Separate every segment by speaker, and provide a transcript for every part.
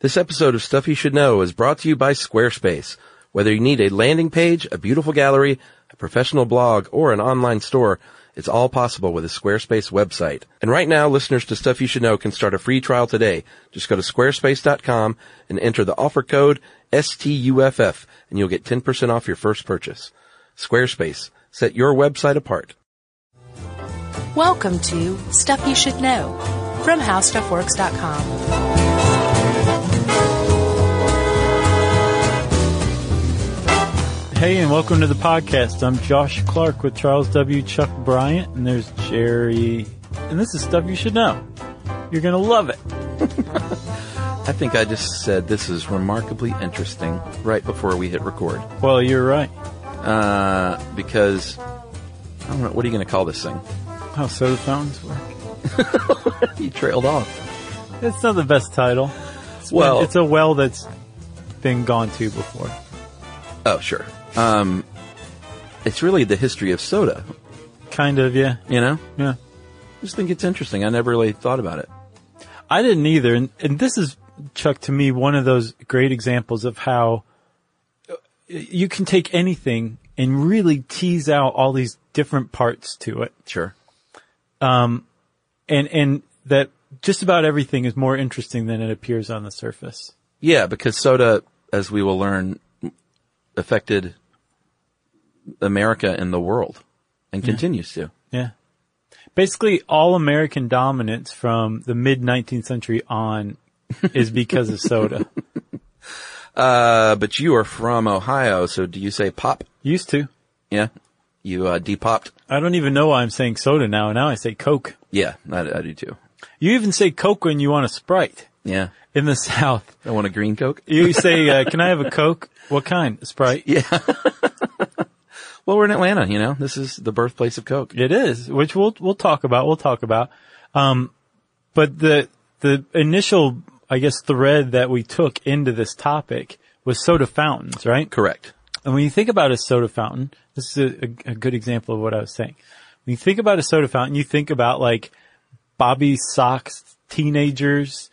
Speaker 1: This episode of Stuff You Should Know is brought to you by Squarespace. Whether you need a landing page, a beautiful gallery, a professional blog, or an online store, it's all possible with a Squarespace website. And right now, listeners to Stuff You Should Know can start a free trial today. Just go to squarespace.com and enter the offer code STUFF and you'll get 10% off your first purchase. Squarespace. Set your website apart.
Speaker 2: Welcome to Stuff You Should Know from HowStuffWorks.com.
Speaker 3: Hey, and welcome to the podcast. I'm Josh Clark with Charles W. Chuck Bryant, and there's Jerry. And this is stuff you should know. You're going to love it.
Speaker 1: I think I just said this is remarkably interesting right before we hit record.
Speaker 3: Well, you're right.
Speaker 1: Uh, because, I don't know, what are you going to call this thing?
Speaker 3: How soda fountains work.
Speaker 1: You trailed off.
Speaker 3: It's not the best title. It's been-
Speaker 1: Well-
Speaker 3: it's a well that's been gone to before.
Speaker 1: Oh, sure. Um, it's really the history of soda,
Speaker 3: Kind of, yeah.
Speaker 1: you know?
Speaker 3: Yeah.
Speaker 1: I just think it's interesting. I never really thought about it.
Speaker 3: I didn't either. And, and this is, Chuck, to me, one of those great examples of how uh, you can take anything and really tease out all these different parts to it.
Speaker 1: Sure.
Speaker 3: and and that just about everything is more interesting than it appears on the surface.
Speaker 1: Yeah, because soda, as we will learn, affected America and the world and continues to.
Speaker 3: Yeah. Basically, all American dominance from the mid 19th century on is because of soda.
Speaker 1: Uh, but you are from Ohio, so do you say pop?
Speaker 3: Used to.
Speaker 1: Yeah. You, uh, depopped?
Speaker 3: I don't even know why I'm saying soda now. Now I say Coke.
Speaker 1: Yeah, I, I do too.
Speaker 3: You even say Coke when you want a Sprite
Speaker 1: Yeah.
Speaker 3: in the South.
Speaker 1: I want a green Coke.
Speaker 3: You say, uh, "Can I have a Coke? What kind? Sprite?"
Speaker 1: Well, we're in Atlanta, you know, this is the birthplace of Coke.
Speaker 3: It is, which we'll we'll talk about. We'll talk about. Um, but the the initial, I guess, thread that we took into this topic was soda fountains, right?
Speaker 1: Correct.
Speaker 3: And when you think about a soda fountain, this is a, a, a good example of what I was saying. When you think about a soda fountain, you think about like Bobby socks, teenagers,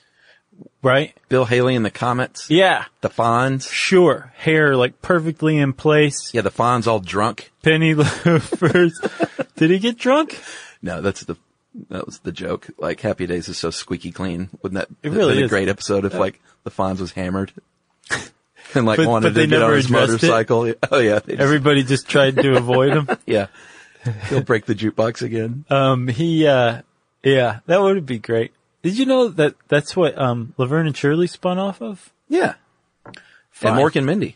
Speaker 3: right?
Speaker 1: Bill Haley and the Comets.
Speaker 3: Yeah,
Speaker 1: The Fonz.
Speaker 3: sure. Hair like perfectly in place.
Speaker 1: Yeah, the Fonz all drunk.
Speaker 3: Penny loafers. Did he get drunk?
Speaker 1: No, that's the that was the joke. Like Happy Days is so squeaky clean. Wouldn't that
Speaker 3: It
Speaker 1: have
Speaker 3: really
Speaker 1: been a
Speaker 3: is. Uh,
Speaker 1: great episode if like the Fonz was hammered and like
Speaker 3: But-
Speaker 1: wanted
Speaker 3: but they
Speaker 1: to get on
Speaker 3: never
Speaker 1: his
Speaker 3: addressed it?
Speaker 1: motorcycle? Oh yeah, they just-
Speaker 3: Everybody just tried to avoid him.
Speaker 1: yeah. He'll break the jukebox again.
Speaker 3: Um, he, uh, yeah, that would be great. Did you know that that's what, um, Laverne and Shirley spun off of?
Speaker 1: yeah, and Mork and Mindy.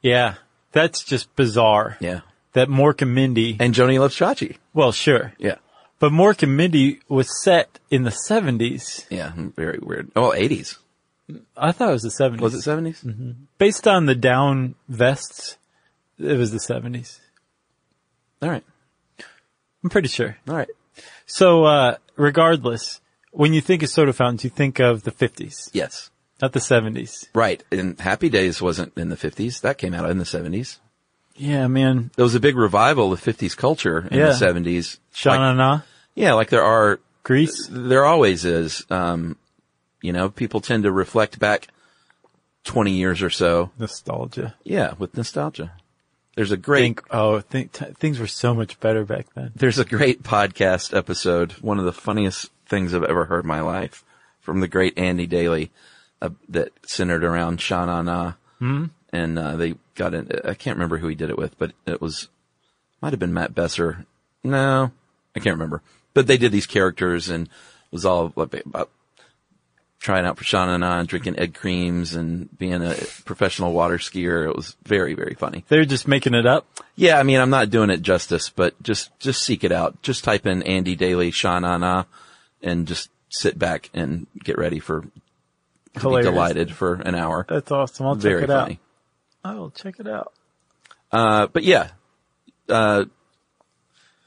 Speaker 3: Yeah. That's just bizarre.
Speaker 1: Yeah,
Speaker 3: That Mork and Mindy,
Speaker 1: and Joni loves Chachi.
Speaker 3: well, sure.
Speaker 1: Yeah,
Speaker 3: But Mork and Mindy was set in the 70s.
Speaker 1: yeah, very weird. Oh, eighties
Speaker 3: I thought it was the 70s.
Speaker 1: was it 70s Mm-hmm.
Speaker 3: Based on the down vests, it was the 70s.
Speaker 1: All right,
Speaker 3: I'm pretty sure.
Speaker 1: all right.
Speaker 3: So, uh, regardless, when you think of soda fountains, you think of the 50s,
Speaker 1: Yes,
Speaker 3: not the 70s.
Speaker 1: right. And Happy Days wasn't in the fifties. That came out in the seventies.
Speaker 3: Yeah, man.
Speaker 1: There was a big revival of fifties culture in
Speaker 3: Yeah.
Speaker 1: the seventies.
Speaker 3: Sha na
Speaker 1: Yeah, like there are
Speaker 3: Greece.
Speaker 1: there always is. Um, you know, people tend to reflect back 20 years or so.
Speaker 3: nostalgia.
Speaker 1: Yeah, with nostalgia. There's a great,
Speaker 3: Think, oh, think, t- things were so much better back then.
Speaker 1: there's a great podcast episode. One of the funniest things I've ever heard in my life from the great Andy Daly uh, that centered around Sha Na Na. And, uh, they got in, I can't remember who he did it with, but it was, might have been Matt Besser. No, I can't remember. But they did these characters and it was all like about trying out for Shauna and I, drinking egg creams and being a professional water skier. It was very, very funny.
Speaker 3: They're just making it up.
Speaker 1: Yeah, I mean, I'm not doing it justice, but just, just seek it out. Just type in Andy Daly, Shauna and I, and just sit back and get ready for, to be
Speaker 3: Hilarious.
Speaker 1: delighted for an hour.
Speaker 3: That's awesome. I'll
Speaker 1: Very
Speaker 3: check it
Speaker 1: funny.
Speaker 3: out. I will check it out.
Speaker 1: Uh, but yeah, uh,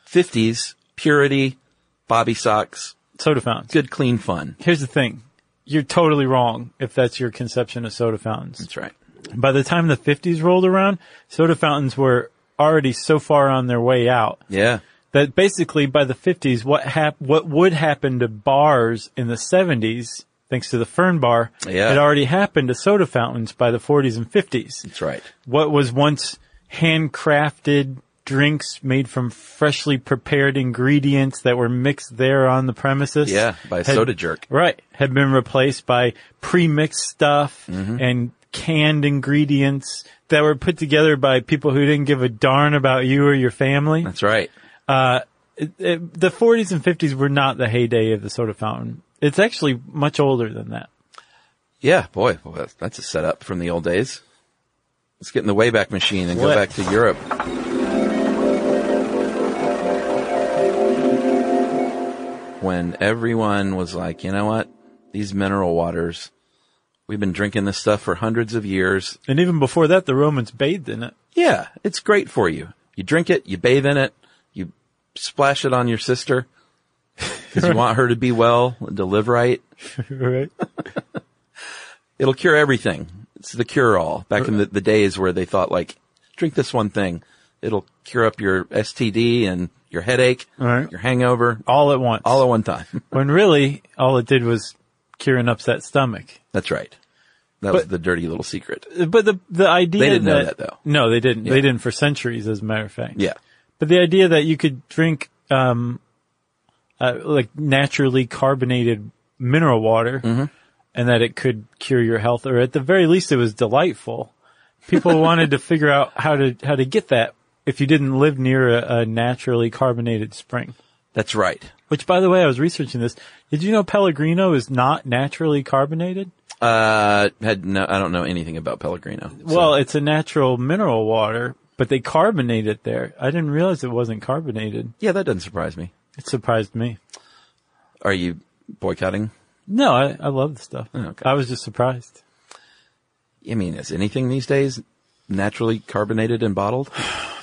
Speaker 1: 50s, purity, Bobby socks,
Speaker 3: Soda fountains.
Speaker 1: good, clean fun.
Speaker 3: Here's the thing. You're totally wrong if that's your conception of soda fountains.
Speaker 1: That's right.
Speaker 3: By the time the 50s rolled around, soda fountains were already so far on their way out
Speaker 1: Yeah.
Speaker 3: that basically by the 50s, what hap- what would happen to bars in the 70s thanks to the Fern Bar,
Speaker 1: Yeah.
Speaker 3: had already happened to soda fountains by the 40s and 50s.
Speaker 1: That's right.
Speaker 3: What was once handcrafted drinks made from freshly prepared ingredients that were mixed there on the premises.
Speaker 1: Yeah, by
Speaker 3: had-
Speaker 1: soda jerk.
Speaker 3: Right. Had been replaced by pre-mixed stuff
Speaker 1: Mm-hmm.
Speaker 3: and canned ingredients that were put together by people who didn't give a darn about you or your family.
Speaker 1: That's right.
Speaker 3: It- it- the 40s and 50s were not the heyday of the soda fountain. It's actually much older than that.
Speaker 1: Yeah, boy, well, that's, that's a setup from the old days. Let's get in the Wayback Machine and go
Speaker 3: What?
Speaker 1: back to Europe. When everyone was like, you know what? These mineral waters, we've been drinking this stuff for hundreds of years.
Speaker 3: And even before that, the Romans bathed in it.
Speaker 1: Yeah, it's great for you. You drink it, you bathe in it, you splash it on your sister because you want her to be well and to live right.
Speaker 3: right.
Speaker 1: It'll cure everything. It's the cure all. Back in the, the days where they thought like, drink this one thing. It'll cure up your STD and your headache,
Speaker 3: Right.
Speaker 1: your hangover,
Speaker 3: All at once.
Speaker 1: all at one time.
Speaker 3: when really, all it did was cure an upset stomach.
Speaker 1: That's right. That was
Speaker 3: But- Uh,
Speaker 1: the dirty little secret.
Speaker 3: But the, the idea
Speaker 1: They didn't
Speaker 3: that,
Speaker 1: know that, though.
Speaker 3: No, they didn't.
Speaker 1: Yeah.
Speaker 3: They didn't for centuries, as a matter of fact.
Speaker 1: Yeah.
Speaker 3: But the idea that you could drink, um, uh, like naturally carbonated mineral water
Speaker 1: Mm-hmm.
Speaker 3: and that it could cure your health, or at the very least, it was delightful. People wanted to figure out how to, how to get that if you didn't live near a, a naturally carbonated spring.
Speaker 1: That's right.
Speaker 3: Which, by the way, I was researching this. Did you know Pellegrino is not naturally carbonated?
Speaker 1: Uh, had no, I don't know anything about Pellegrino. so-
Speaker 3: Well, it's a natural mineral water, but they carbonate it there. I didn't realize it wasn't carbonated.
Speaker 1: yeah, that doesn't surprise me.
Speaker 3: It surprised me.
Speaker 1: Are you boycotting?
Speaker 3: No, I, I love the stuff.
Speaker 1: Oh, okay.
Speaker 3: I was just surprised.
Speaker 1: I mean, is anything these days naturally carbonated and bottled?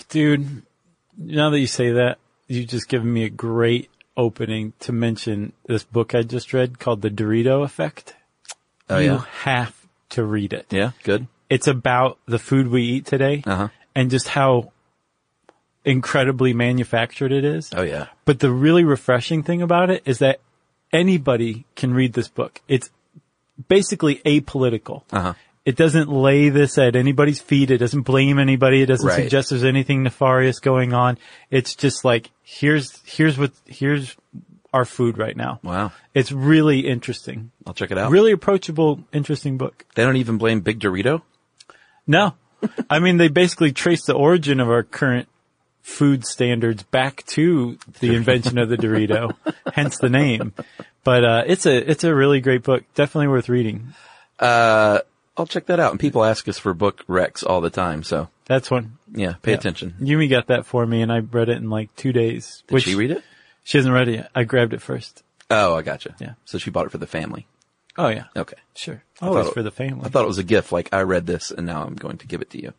Speaker 3: Dude, now that you say that, you've just given me a great opening to mention this book I just read called The Dorito Effect.
Speaker 1: Oh
Speaker 3: you
Speaker 1: yeah.
Speaker 3: have to read it.
Speaker 1: Yeah. Good.
Speaker 3: It's about the food we eat today
Speaker 1: Uh huh.
Speaker 3: and just how incredibly manufactured it is.
Speaker 1: Oh yeah.
Speaker 3: But the really refreshing thing about it is that anybody can read this book. It's basically apolitical.
Speaker 1: Uh-huh.
Speaker 3: It doesn't lay this at anybody's feet. It doesn't blame anybody. It doesn't
Speaker 1: Right.
Speaker 3: suggest there's anything nefarious going on. It's just like, here's, here's what, here's our food right now.
Speaker 1: Wow.
Speaker 3: It's really interesting.
Speaker 1: I'll check it out.
Speaker 3: Really approachable, interesting book.
Speaker 1: They don't even blame Big Dorito.
Speaker 3: No. I mean, they basically trace the origin of our current food standards back to the invention of the Dorito, hence the name. But, uh, it's a, it's a really great book. Definitely worth reading.
Speaker 1: I'll check that out. And people ask us for book recs all the time. So
Speaker 3: That's one.
Speaker 1: yeah, pay attention.
Speaker 3: Yumi got that for me and I read it in like two days.
Speaker 1: Did she read it?
Speaker 3: She hasn't read it yet. I grabbed it first.
Speaker 1: Oh, I gotcha.
Speaker 3: Yeah.
Speaker 1: So she bought it for the family.
Speaker 3: Oh yeah.
Speaker 1: Okay.
Speaker 3: Sure. Always
Speaker 1: thought-
Speaker 3: for the family.
Speaker 1: I thought it was a gift. Like I read this and now I'm going to give it to you.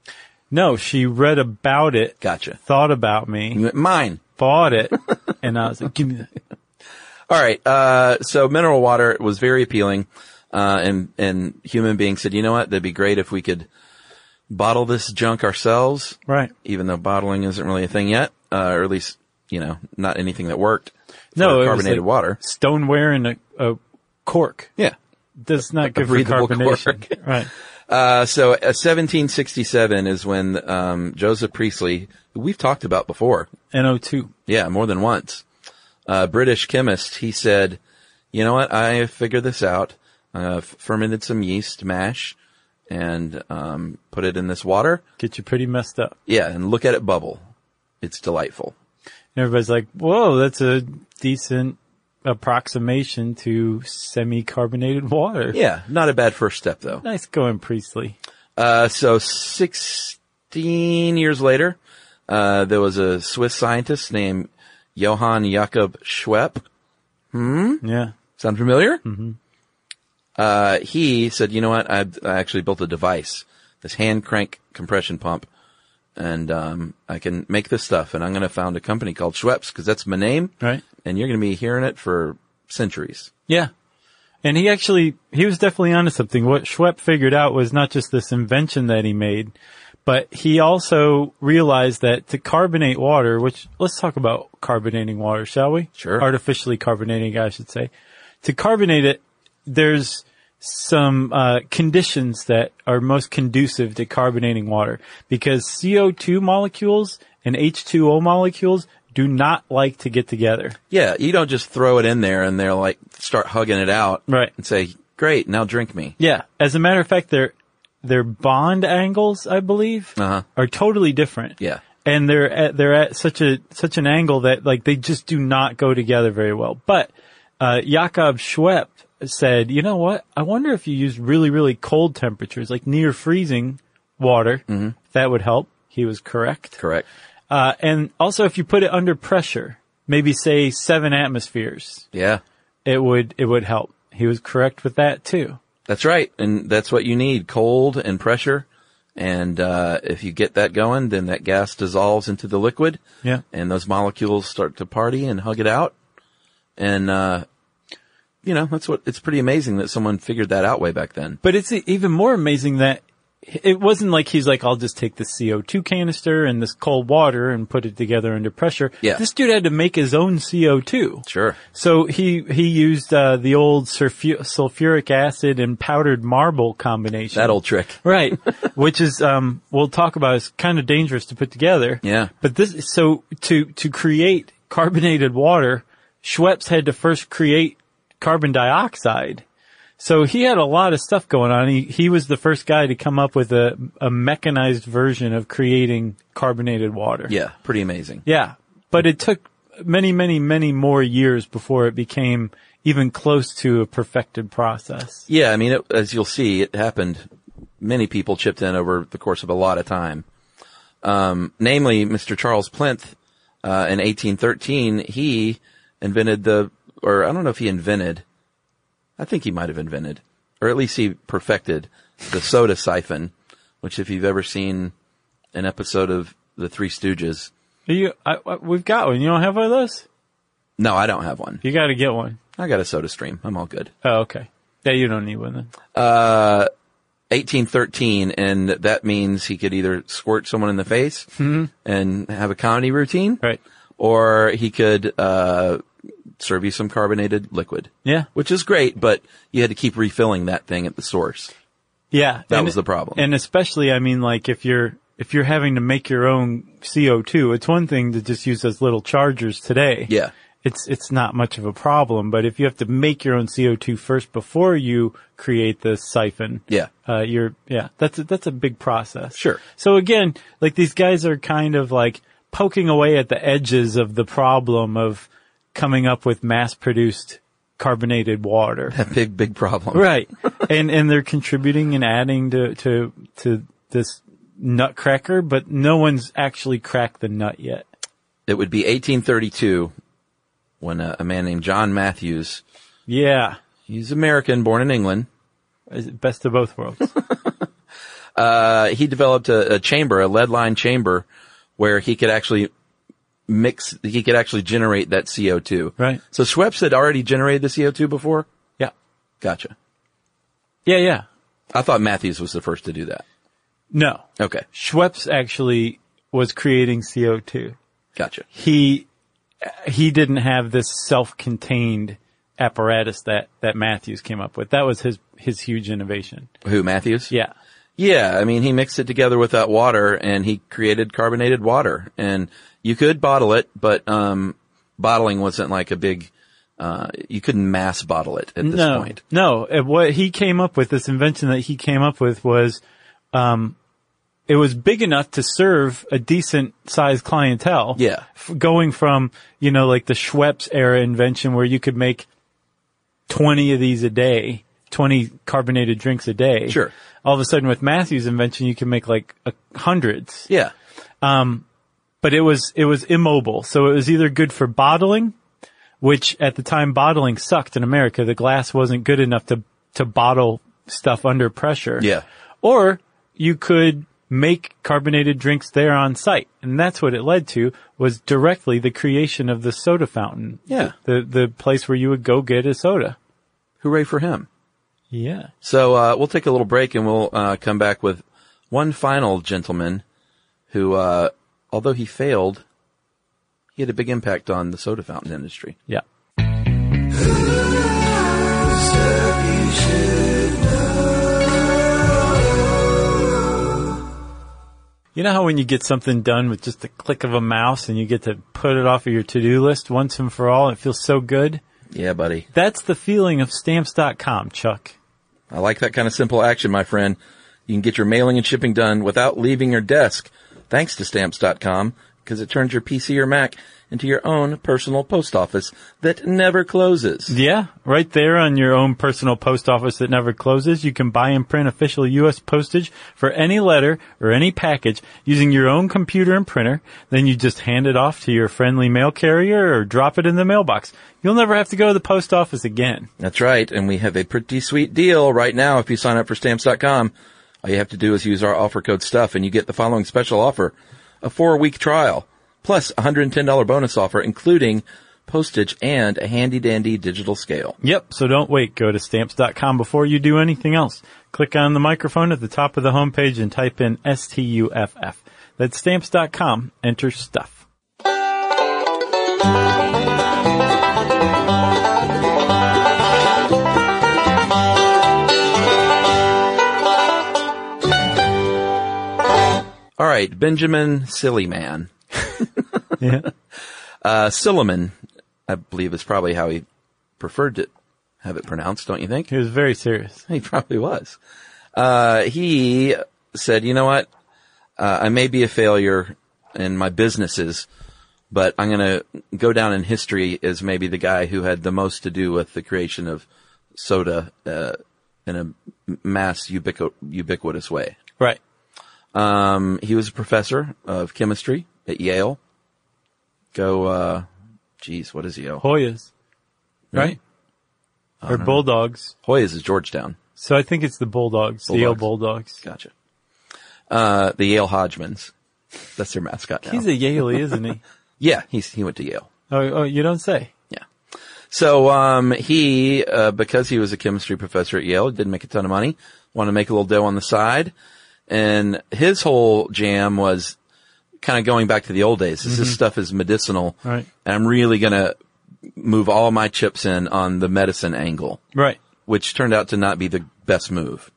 Speaker 3: no, she read about it,
Speaker 1: Gotcha.
Speaker 3: thought about
Speaker 1: You
Speaker 3: me,
Speaker 1: went, Mine.
Speaker 3: bought it, and I was like, give me that.
Speaker 1: All right. Uh, so mineral water was very appealing. Uh, and, and human beings said, you know what? That'd be great if we could bottle this junk ourselves,
Speaker 3: Right.
Speaker 1: even though bottling isn't really a thing yet. Uh, or at least, you know, not anything that worked.
Speaker 3: No, it
Speaker 1: For
Speaker 3: was
Speaker 1: carbonated
Speaker 3: like
Speaker 1: water.
Speaker 3: Stoneware and a, a cork.
Speaker 1: Yeah.
Speaker 3: That's not good for
Speaker 1: breathable
Speaker 3: carbonation.
Speaker 1: cork.
Speaker 3: Right.
Speaker 1: Uh, so uh, 1767 is when um, Joseph Priestley, who we've talked about before,
Speaker 3: NO2.
Speaker 1: yeah, more than once, uh, British chemist, he said, "You know what? I figured this out. Uh, f- fermented some yeast mash, and um, put it in this water.
Speaker 3: Get you pretty messed up.
Speaker 1: Yeah, and look at it bubble. It's delightful.
Speaker 3: And everybody's like, whoa, that's a decent approximation to semi-carbonated water.
Speaker 1: Yeah, not a bad first step though.
Speaker 3: Nice going, Priestley.
Speaker 1: Uh, so 16 years later, uh, there was a Swiss scientist named Johann Jakob Schwepp."
Speaker 3: Yeah.
Speaker 1: Sound familiar? Mm-hmm. Uh, he said, you know what? I, I actually built a device, this hand crank compression pump, and, um, I can make this stuff and I'm going to found a company called Schweppes because that's my name.
Speaker 3: Right.
Speaker 1: And you're going to be hearing it for centuries.
Speaker 3: Yeah. And he actually, he was definitely onto something. What Schwepp figured out was not just this invention that he made, but he also realized that to carbonate water, which let's talk about carbonating water, shall we?
Speaker 1: Sure.
Speaker 3: Artificially carbonating, I should say. To carbonate it, there's some uh, conditions that are most conducive to carbonating water because CO2 molecules and H2O molecules do not like to get together.
Speaker 1: Yeah, you don't just throw it in there and they're like start hugging it out,
Speaker 3: Right.
Speaker 1: And say, "Great, now drink me."
Speaker 3: Yeah. As a matter of fact, their their bond angles, I believe,
Speaker 1: Uh-huh.
Speaker 3: are totally different.
Speaker 1: Yeah.
Speaker 3: And they're at, they're at such a such an angle that like they just do not go together very well. But uh, Jakob Schwepp said, you know what? I wonder if you use really really cold temperatures, like near freezing water,
Speaker 1: Mm-hmm.
Speaker 3: that would help. He was correct.
Speaker 1: Correct.
Speaker 3: Uh, and also, if you put it under pressure, maybe say seven atmospheres,
Speaker 1: Yeah,
Speaker 3: it would it would help. He was correct with that too.
Speaker 1: that's right, and that's what you need: cold and pressure. And uh, if you get that going, then that gas dissolves into the liquid,
Speaker 3: Yeah.
Speaker 1: and those molecules start to party and hug it out. And uh, you know, that's what it's pretty amazing that someone figured that out way back then.
Speaker 3: But it's even more amazing that it wasn't like he's like, I'll just take this CO2 canister and this cold water and put it together under pressure.
Speaker 1: Yeah.
Speaker 3: This dude had to make his own CO2.
Speaker 1: Sure.
Speaker 3: So he, he used, uh, the old sulfu- sulfuric acid and powdered marble combination.
Speaker 1: That old trick.
Speaker 3: Right. Which is, um, we'll talk about is kind of dangerous to put together.
Speaker 1: Yeah.
Speaker 3: But this, so to, to create carbonated water, Schweppes had to first create carbon dioxide. So he had a lot of stuff going on. He, he was the first guy to come up with a, a mechanized version of creating carbonated water.
Speaker 1: Yeah, pretty amazing.
Speaker 3: Yeah. But it took many, many, many more years before it became even close to a perfected process.
Speaker 1: Yeah, I mean, it, as you'll see, it happened. Many people chipped in over the course of a lot of time. Um, namely, Mr. Charles Plinth, uh, in 1813, he invented the, or I don't know if he invented, I think he might have invented, or at least he perfected the soda siphon, which if you've ever seen an episode of The Three Stooges,
Speaker 3: Are you, I, I- we've got one. You don't have one of those?
Speaker 1: no, I don't have one.
Speaker 3: You got to get one.
Speaker 1: I got a soda stream. I'm all good.
Speaker 3: Oh, okay. Yeah, you don't need one then.
Speaker 1: 1813, and that means he could either squirt someone in the face and have a comedy routine,
Speaker 3: Hmm. Right.
Speaker 1: or he could uh, serve you some carbonated liquid,
Speaker 3: Yeah.
Speaker 1: which is great, but you had to keep refilling that thing at the source.
Speaker 3: Yeah.
Speaker 1: That
Speaker 3: And-
Speaker 1: was the problem.
Speaker 3: And especially, I mean, like if you're, if you're having to make your own CO2, it's one thing to just use those little chargers today.
Speaker 1: yeah,
Speaker 3: It's, it's not much of a problem, but if you have to make your own CO2 first before you create the siphon.
Speaker 1: yeah,
Speaker 3: Uh, you're, yeah, that's a, that's a big process.
Speaker 1: Sure.
Speaker 3: So again, like these guys are kind of like poking away at the edges of the problem of coming up with mass produced carbonated water.
Speaker 1: a big, big problem.
Speaker 3: Right. and and they're contributing and adding to to to this nutcracker, but no one's actually cracked the nut yet.
Speaker 1: It would be 1832 when uh, a, a man named John Matthews,
Speaker 3: Yeah.
Speaker 1: he's American, born in England,
Speaker 3: Is it Best of both worlds.
Speaker 1: uh, he developed a, a chamber, a lead line chamber, where he could actually mix, he could actually generate that CO2.
Speaker 3: Right.
Speaker 1: So Schweppes had already generated the CO2 before?
Speaker 3: yeah.
Speaker 1: Gotcha.
Speaker 3: Yeah, yeah.
Speaker 1: I thought Matthews was the first to do that.
Speaker 3: No.
Speaker 1: Okay.
Speaker 3: Schweppes actually was creating CO2.
Speaker 1: Gotcha.
Speaker 3: He he didn't have this self-contained apparatus that that Matthews came up with. That was his his huge innovation.
Speaker 1: Who, Matthews?
Speaker 3: Yeah.
Speaker 1: Yeah. I mean, he mixed it together with that water and he created carbonated water and you could bottle it, but, um, bottling wasn't like a big, uh, you couldn't mass bottle it at this
Speaker 3: no,
Speaker 1: point.
Speaker 3: No, Uh, what he came up with, this invention that he came up with was, um, it was big enough to serve a decent sized clientele.
Speaker 1: Yeah.
Speaker 3: F- going from, you know, like the Schweppes era invention where you could make 20 of these a day, 20 carbonated drinks a day.
Speaker 1: Sure.
Speaker 3: All of a sudden with Matthew's invention, you can make like a, hundreds,
Speaker 1: Yeah.
Speaker 3: but it was, it was immobile. So it was either good for bottling which at the time bottling sucked in America. The glass wasn't good enough to, to bottle stuff under pressure.
Speaker 1: Yeah.
Speaker 3: Or you could make carbonated drinks there on site. And that's what it led to was directly the creation of the soda fountain.
Speaker 1: Yeah.
Speaker 3: The, the place where you would go get a soda.
Speaker 1: Hooray for him.
Speaker 3: Yeah.
Speaker 1: So uh, we'll take a little break and we'll uh, come back with one final gentleman who, uh, although he failed, he had a big impact on the soda fountain industry.
Speaker 3: Yeah.
Speaker 4: Who's to be
Speaker 3: You know how when you get something done with just the click of a mouse and you get to put it off of your to-do list once and for all, it feels so good?
Speaker 1: Yeah, buddy.
Speaker 3: That's the feeling of stamps.com, Chuck.
Speaker 1: I like that kind of simple action, my friend. You can get your mailing and shipping done without leaving your desk thanks to stamps.com because it turns your PC or Mac into your own personal post office that never closes.
Speaker 3: Yeah, right there on your own personal post office that never closes, you can buy and print official U.S. postage for any letter or any package using your own computer and printer. Then you just hand it off to your friendly mail carrier or drop it in the mailbox. You'll never have to go to the post office again.
Speaker 1: That's right. And we have a pretty sweet deal right now if you sign up for stamps.com. All you have to do is use our offer code stuff and you get the following special offer. A four week trial plus a $110 bonus offer, including postage and a handy dandy digital scale.
Speaker 3: Yep, so don't wait. Go to stamps.com before you do anything else. Click on the microphone at the top of the homepage and type in S-T-U-F-F. That's stamps.com. Enter stuff.
Speaker 1: All right. Benjamin Sillyman.
Speaker 3: Yeah.
Speaker 1: Uh, Silliman, I believe is probably how he preferred to have it pronounced, don't you think?
Speaker 3: He was very serious.
Speaker 1: He probably was. Uh, he said, you know what? Uh, I may be a failure in my businesses, but I'm going to go down in history as maybe the guy who had the most to do with the creation of soda, uh, in a mass ubiqu- ubiquitous way.
Speaker 3: Right.
Speaker 1: Um, he was a professor of chemistry at Yale. Go, uh, geez, what is Yale?
Speaker 3: Hoyas. Right? Or Bulldogs.
Speaker 1: Hoyas is Georgetown.
Speaker 3: So I think it's the Bulldogs, the Yale Bulldogs.
Speaker 1: Gotcha. Uh, the Yale Hodgmans. That's their mascot now.
Speaker 3: He's a Yaley, isn't he?
Speaker 1: yeah, he's, he went to Yale.
Speaker 3: Oh, oh, you don't say.
Speaker 1: Yeah. So, um, he, uh, because he was a chemistry professor at Yale, didn't make a ton of money, wanted to make a little dough on the side. And his whole jam was kind of going back to the old days. This is stuff is medicinal.
Speaker 3: Right.
Speaker 1: And I'm really going to move all my chips in on the medicine angle,
Speaker 3: Right.
Speaker 1: which turned out to not be the best move.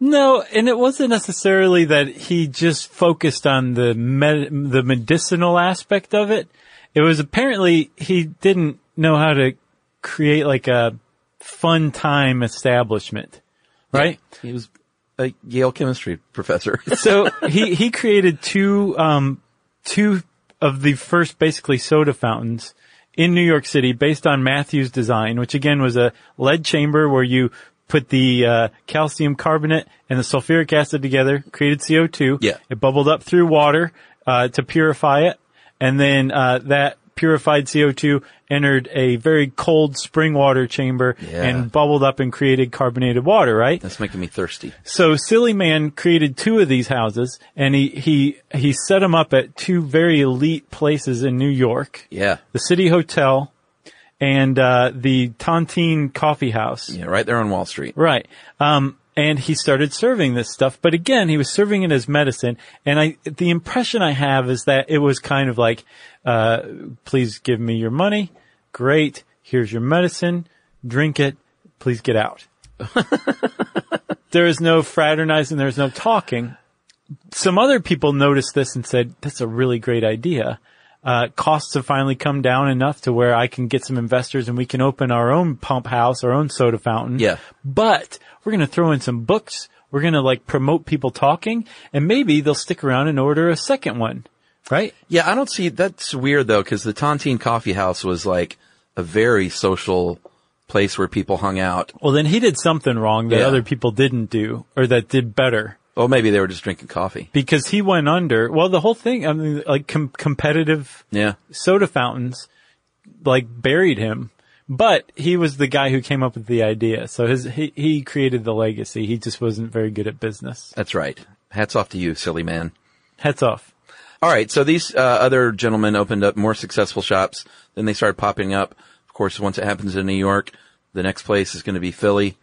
Speaker 3: No, and it wasn't necessarily that he just focused on the med- the medicinal aspect of it. It was apparently he didn't know how to create like a fun time establishment, right?
Speaker 1: He was a Yale chemistry professor.
Speaker 3: so he he created two um two of the first basically soda fountains in New York City based on Matthew's design, which again was a lead chamber where you put the uh, calcium carbonate and the sulfuric acid together, created CO2.
Speaker 1: Yeah.
Speaker 3: It bubbled up through water uh, to purify it, and then uh, that purified CO2 entered a very cold spring water chamber
Speaker 1: Yeah.
Speaker 3: and bubbled up and created carbonated water, right?
Speaker 1: That's making me thirsty.
Speaker 3: So Silly Man created two of these houses and he, he, he set them up at two very elite places in New York,
Speaker 1: Yeah.
Speaker 3: the City Hotel and, uh, the Tontine Coffee House.
Speaker 1: Yeah, right there on Wall Street.
Speaker 3: Right. Um, and he started serving this stuff, but again, he was serving it as medicine. And I, the impression I have is that it was kind of like, uh, please give me your money. Great. Here's your medicine. Drink it. Please get out. there is no fraternizing. There's no talking. Some other people noticed this and said, that's a really great idea. Uh, costs have finally come down enough to where I can get some investors and we can open our own pump house, our own soda fountain
Speaker 1: Yeah.
Speaker 3: but we're going to throw in some books. We're going to like promote people talking and maybe they'll stick around and order a second one. Right?
Speaker 1: Yeah, I don't see, that's weird though, cause the Tontine Coffee House was like a very social place where people hung out.
Speaker 3: Well, then he did something wrong that
Speaker 1: Yeah.
Speaker 3: other people didn't do or that did better
Speaker 1: Well, maybe they were just drinking coffee.
Speaker 3: because he went under. Well, the whole thing, I mean, like com- competitive
Speaker 1: Yeah.
Speaker 3: soda fountains like buried him, but he was the guy who came up with the idea. So his, he, he created the legacy. He just wasn't very good at business.
Speaker 1: That's right. Hats off to you, silly man.
Speaker 3: Hats off.
Speaker 1: All right. So these uh, other gentlemen opened up more successful shops. Then they started popping up. Of course, once it happens in New York, the next place is going to be Philly.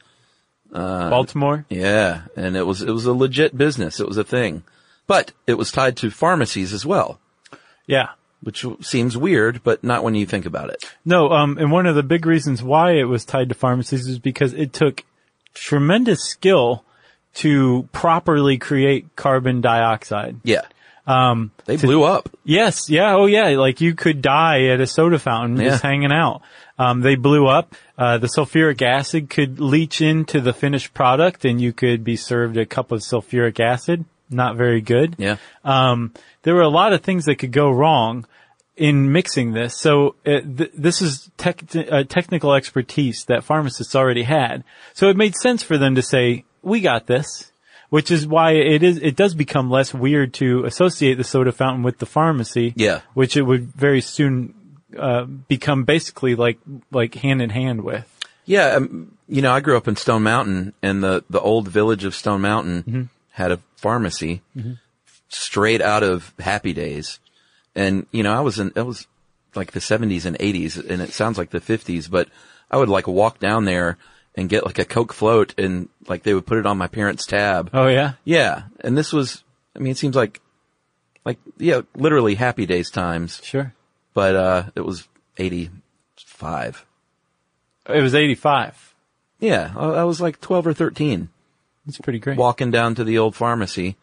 Speaker 3: Baltimore.
Speaker 1: Yeah. And it was, it was a legit business. It was a thing, but it was tied to pharmacies as well.
Speaker 3: Yeah.
Speaker 1: which seems weird, but not when you think about it.
Speaker 3: No, um, and one of the big reasons why it was tied to pharmacies is because it took tremendous skill to properly create carbon dioxide.
Speaker 1: Yeah. Um, they blew up.
Speaker 3: Yes, yeah, oh yeah, like you could die at a soda fountain just
Speaker 1: Yeah.
Speaker 3: hanging out. Um, they blew up. Uh, the sulfuric acid could leach into the finished product and you could be served a cup of sulfuric acid. Not very good.
Speaker 1: Yeah.
Speaker 3: Um, there were a lot of things that could go wrong in mixing this. So uh, th- this is tech- uh, technical expertise that pharmacists already had. So it made sense for them to say, "We got this," which is why it is it does become less weird to associate the soda fountain with the pharmacy.
Speaker 1: Yeah.
Speaker 3: which it would very soon uh, become basically like like hand in hand with.
Speaker 1: Yeah, um, you know, I grew up in Stone Mountain, and the the old village of Stone Mountain had a pharmacy straight out of Happy Days, and you know, I was in it was like the seventies and eighties, and it sounds like the fifties, but I would like walk down there and get like a Coke float, and like they would put it on my parents' tab.
Speaker 3: Oh yeah,
Speaker 1: Yeah, and this was, I mean, it seems like, like yeah, literally Happy Days times,
Speaker 3: sure.
Speaker 1: but uh, it was eighty five.
Speaker 3: It was eighty five.
Speaker 1: Yeah, I, I was like twelve or thirteen.
Speaker 3: It's pretty great.
Speaker 1: walking down to the old pharmacy.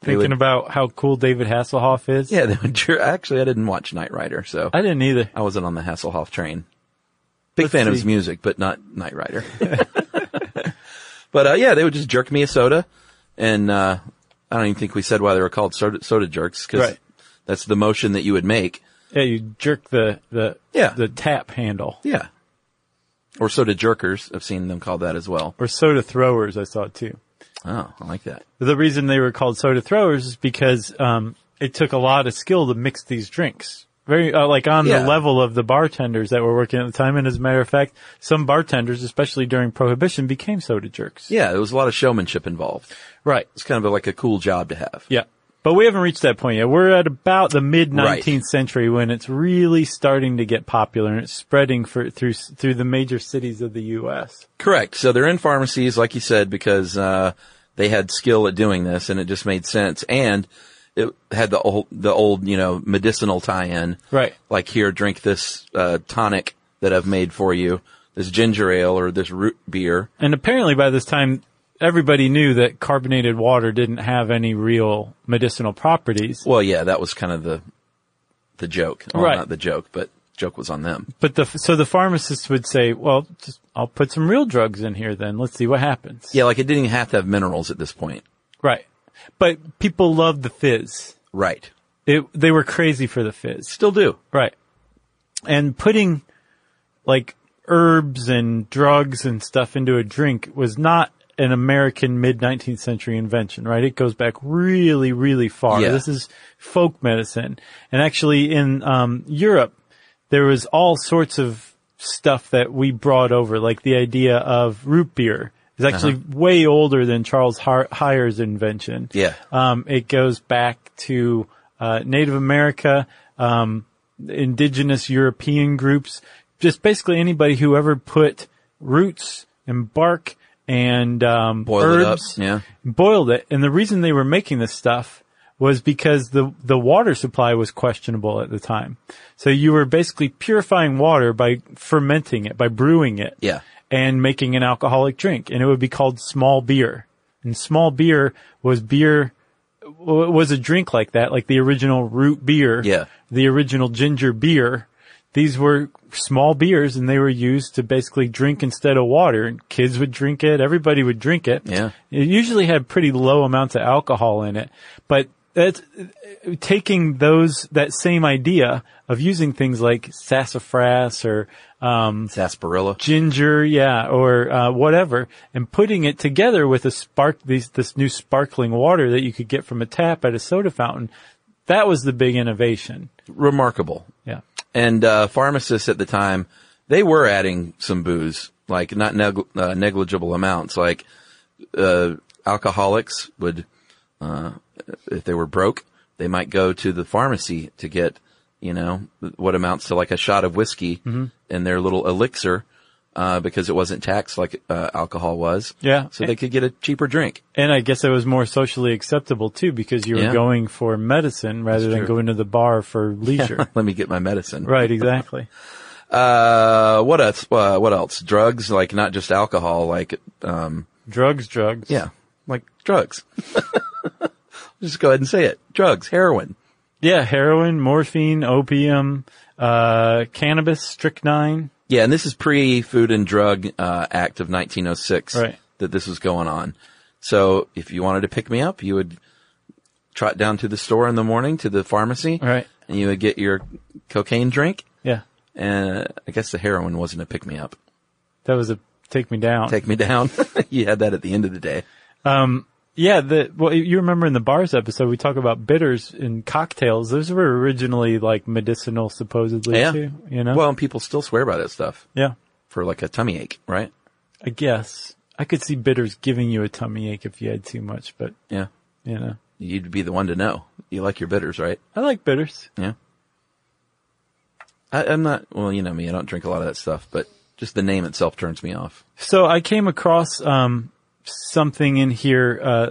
Speaker 1: they
Speaker 3: Thinking
Speaker 1: would-
Speaker 3: about how cool David Hasselhoff is.
Speaker 1: Yeah, they would, dr- actually, I didn't watch Knight Rider, so I,
Speaker 3: I didn't either.
Speaker 1: wasn't on the Hasselhoff train. Big
Speaker 3: Let's
Speaker 1: fan of
Speaker 3: see.
Speaker 1: his music, but not Knight Rider. but uh, yeah, they would just jerk me a soda, and uh, I don't even think we said why they were called soda, soda jerks because
Speaker 3: Right.
Speaker 1: that's the motion that you would make.
Speaker 3: Yeah, you jerk the the
Speaker 1: Yeah.
Speaker 3: the tap handle
Speaker 1: Yeah, or soda jerkers. I've seen them called that as well.
Speaker 3: or soda throwers. I saw it too.
Speaker 1: Oh, I like that.
Speaker 3: The reason they were called soda throwers is because um, it took a lot of skill to mix these drinks. Very uh, like on
Speaker 1: Yeah.
Speaker 3: the level of the bartenders that were working at the time. And as a matter of fact, some bartenders, especially during Prohibition, became soda jerks.
Speaker 1: Yeah, there was a lot of showmanship involved.
Speaker 3: Right.
Speaker 1: It's kind of like a cool job to have.
Speaker 3: Yeah. But we haven't reached that point yet. We're at about the mid 19th century when it's really starting to get popular and it's spreading for, through through the major cities of the U.S.
Speaker 1: Correct. So they're in pharmacies, like you said, because uh, they had skill at doing this, and it just made sense. And it had the old, the old, you know, medicinal tie-in.
Speaker 3: Right.
Speaker 1: Like here, drink this uh, tonic that I've made for you, this ginger ale or this root beer.
Speaker 3: And apparently by this time, everybody knew that carbonated water didn't have any real medicinal properties.
Speaker 1: Well, yeah, that was kind of the the joke. Well,
Speaker 3: Right.
Speaker 1: Not the joke, but joke was on them.
Speaker 3: But the, so the pharmacist would say, well, just, I'll put some real drugs in here then. Let's see what happens.
Speaker 1: Yeah, like it didn't even have to have minerals at this point.
Speaker 3: Right. But people loved the fizz.
Speaker 1: Right.
Speaker 3: It, they were crazy for the fizz.
Speaker 1: Still do.
Speaker 3: Right. And putting like herbs and drugs and stuff into a drink was not an American mid 19th century invention, right? It goes back really, really far.
Speaker 1: Yeah.
Speaker 3: This is folk medicine. And actually in, um, Europe, there was all sorts of stuff that we brought over, like the idea of root beer is
Speaker 1: Uh-huh.
Speaker 3: actually way older than Charles Har- Heyer's invention.
Speaker 1: Yeah.
Speaker 3: Um, it goes back to uh, Native America, um, indigenous European groups, just basically anybody who ever put roots and bark and um,
Speaker 1: Boiled it up,
Speaker 3: herbs,
Speaker 1: yeah.
Speaker 3: boiled it. And the reason they were making this stuff was because the the water supply was questionable at the time. So you were basically purifying water by fermenting it, by brewing it
Speaker 1: Yeah.
Speaker 3: and making an alcoholic drink, and it would be called small beer. And small beer was beer w- was a drink like that, like the original root beer,
Speaker 1: Yeah.
Speaker 3: the original ginger beer. These were small beers, and they were used to basically drink instead of water. And kids would drink it, everybody would drink it.
Speaker 1: Yeah.
Speaker 3: it usually had pretty low amounts of alcohol in it, but that's taking those that same idea of using things like sassafras or um,
Speaker 1: Sarsaparilla.
Speaker 3: ginger, yeah, or uh, whatever, and putting it together with a spark these this new sparkling water that you could get from a tap at a soda fountain. That was the big innovation.
Speaker 1: Remarkable.
Speaker 3: Yeah.
Speaker 1: and uh, pharmacists at the time they were adding some booze, like not neg- uh, negligible amounts. Like uh, alcoholics would, uh, if they were broke, they might go to the pharmacy to
Speaker 3: Mm-hmm.
Speaker 1: get you know what amounts to like a shot of whiskey in their little elixir, uh, because it wasn't taxed like uh, alcohol was.
Speaker 3: Yeah.
Speaker 1: So they could get a cheaper drink.
Speaker 3: And I guess it was more socially acceptable too because you were
Speaker 1: Yeah.
Speaker 3: going for medicine rather than
Speaker 1: true.
Speaker 3: going to the bar for leisure.
Speaker 1: Let me get my medicine.
Speaker 3: Right, exactly.
Speaker 1: Uh, what else? Uh, what else? Drugs, like not just alcohol, like um,
Speaker 3: drugs, drugs.
Speaker 1: yeah, like drugs. just go ahead and say it. Drugs, heroin.
Speaker 3: Yeah, heroin, morphine, opium, uh, cannabis, strychnine.
Speaker 1: Yeah, and this is pre Food and Drug uh, Act of 1906
Speaker 3: Right.
Speaker 1: that this was going on. So if you wanted to pick me up, you would trot down to the store in the morning to the pharmacy,
Speaker 3: Right.
Speaker 1: and you would get your cocaine drink.
Speaker 3: Yeah.
Speaker 1: And uh, I guess the heroin wasn't a pick me up,
Speaker 3: That was a take me down.
Speaker 1: take me down. you had that at the end of the day.
Speaker 3: yeah, the well you remember in the bars episode we talk about bitters in cocktails. Those were originally like medicinal supposedly
Speaker 1: Yeah,
Speaker 3: too, you know?
Speaker 1: Well, and people still swear by that stuff
Speaker 3: yeah.
Speaker 1: for like a tummy ache, right?
Speaker 3: I guess I could see bitters giving you a tummy ache if you had too much, but
Speaker 1: Yeah,
Speaker 3: you know.
Speaker 1: you'd be the one to know. You like your bitters, right?
Speaker 3: I like bitters.
Speaker 1: Yeah. I, I'm not, well, you know me, I don't drink a lot of that stuff, but just the name itself turns me off.
Speaker 3: So I came across um, something in here, uh,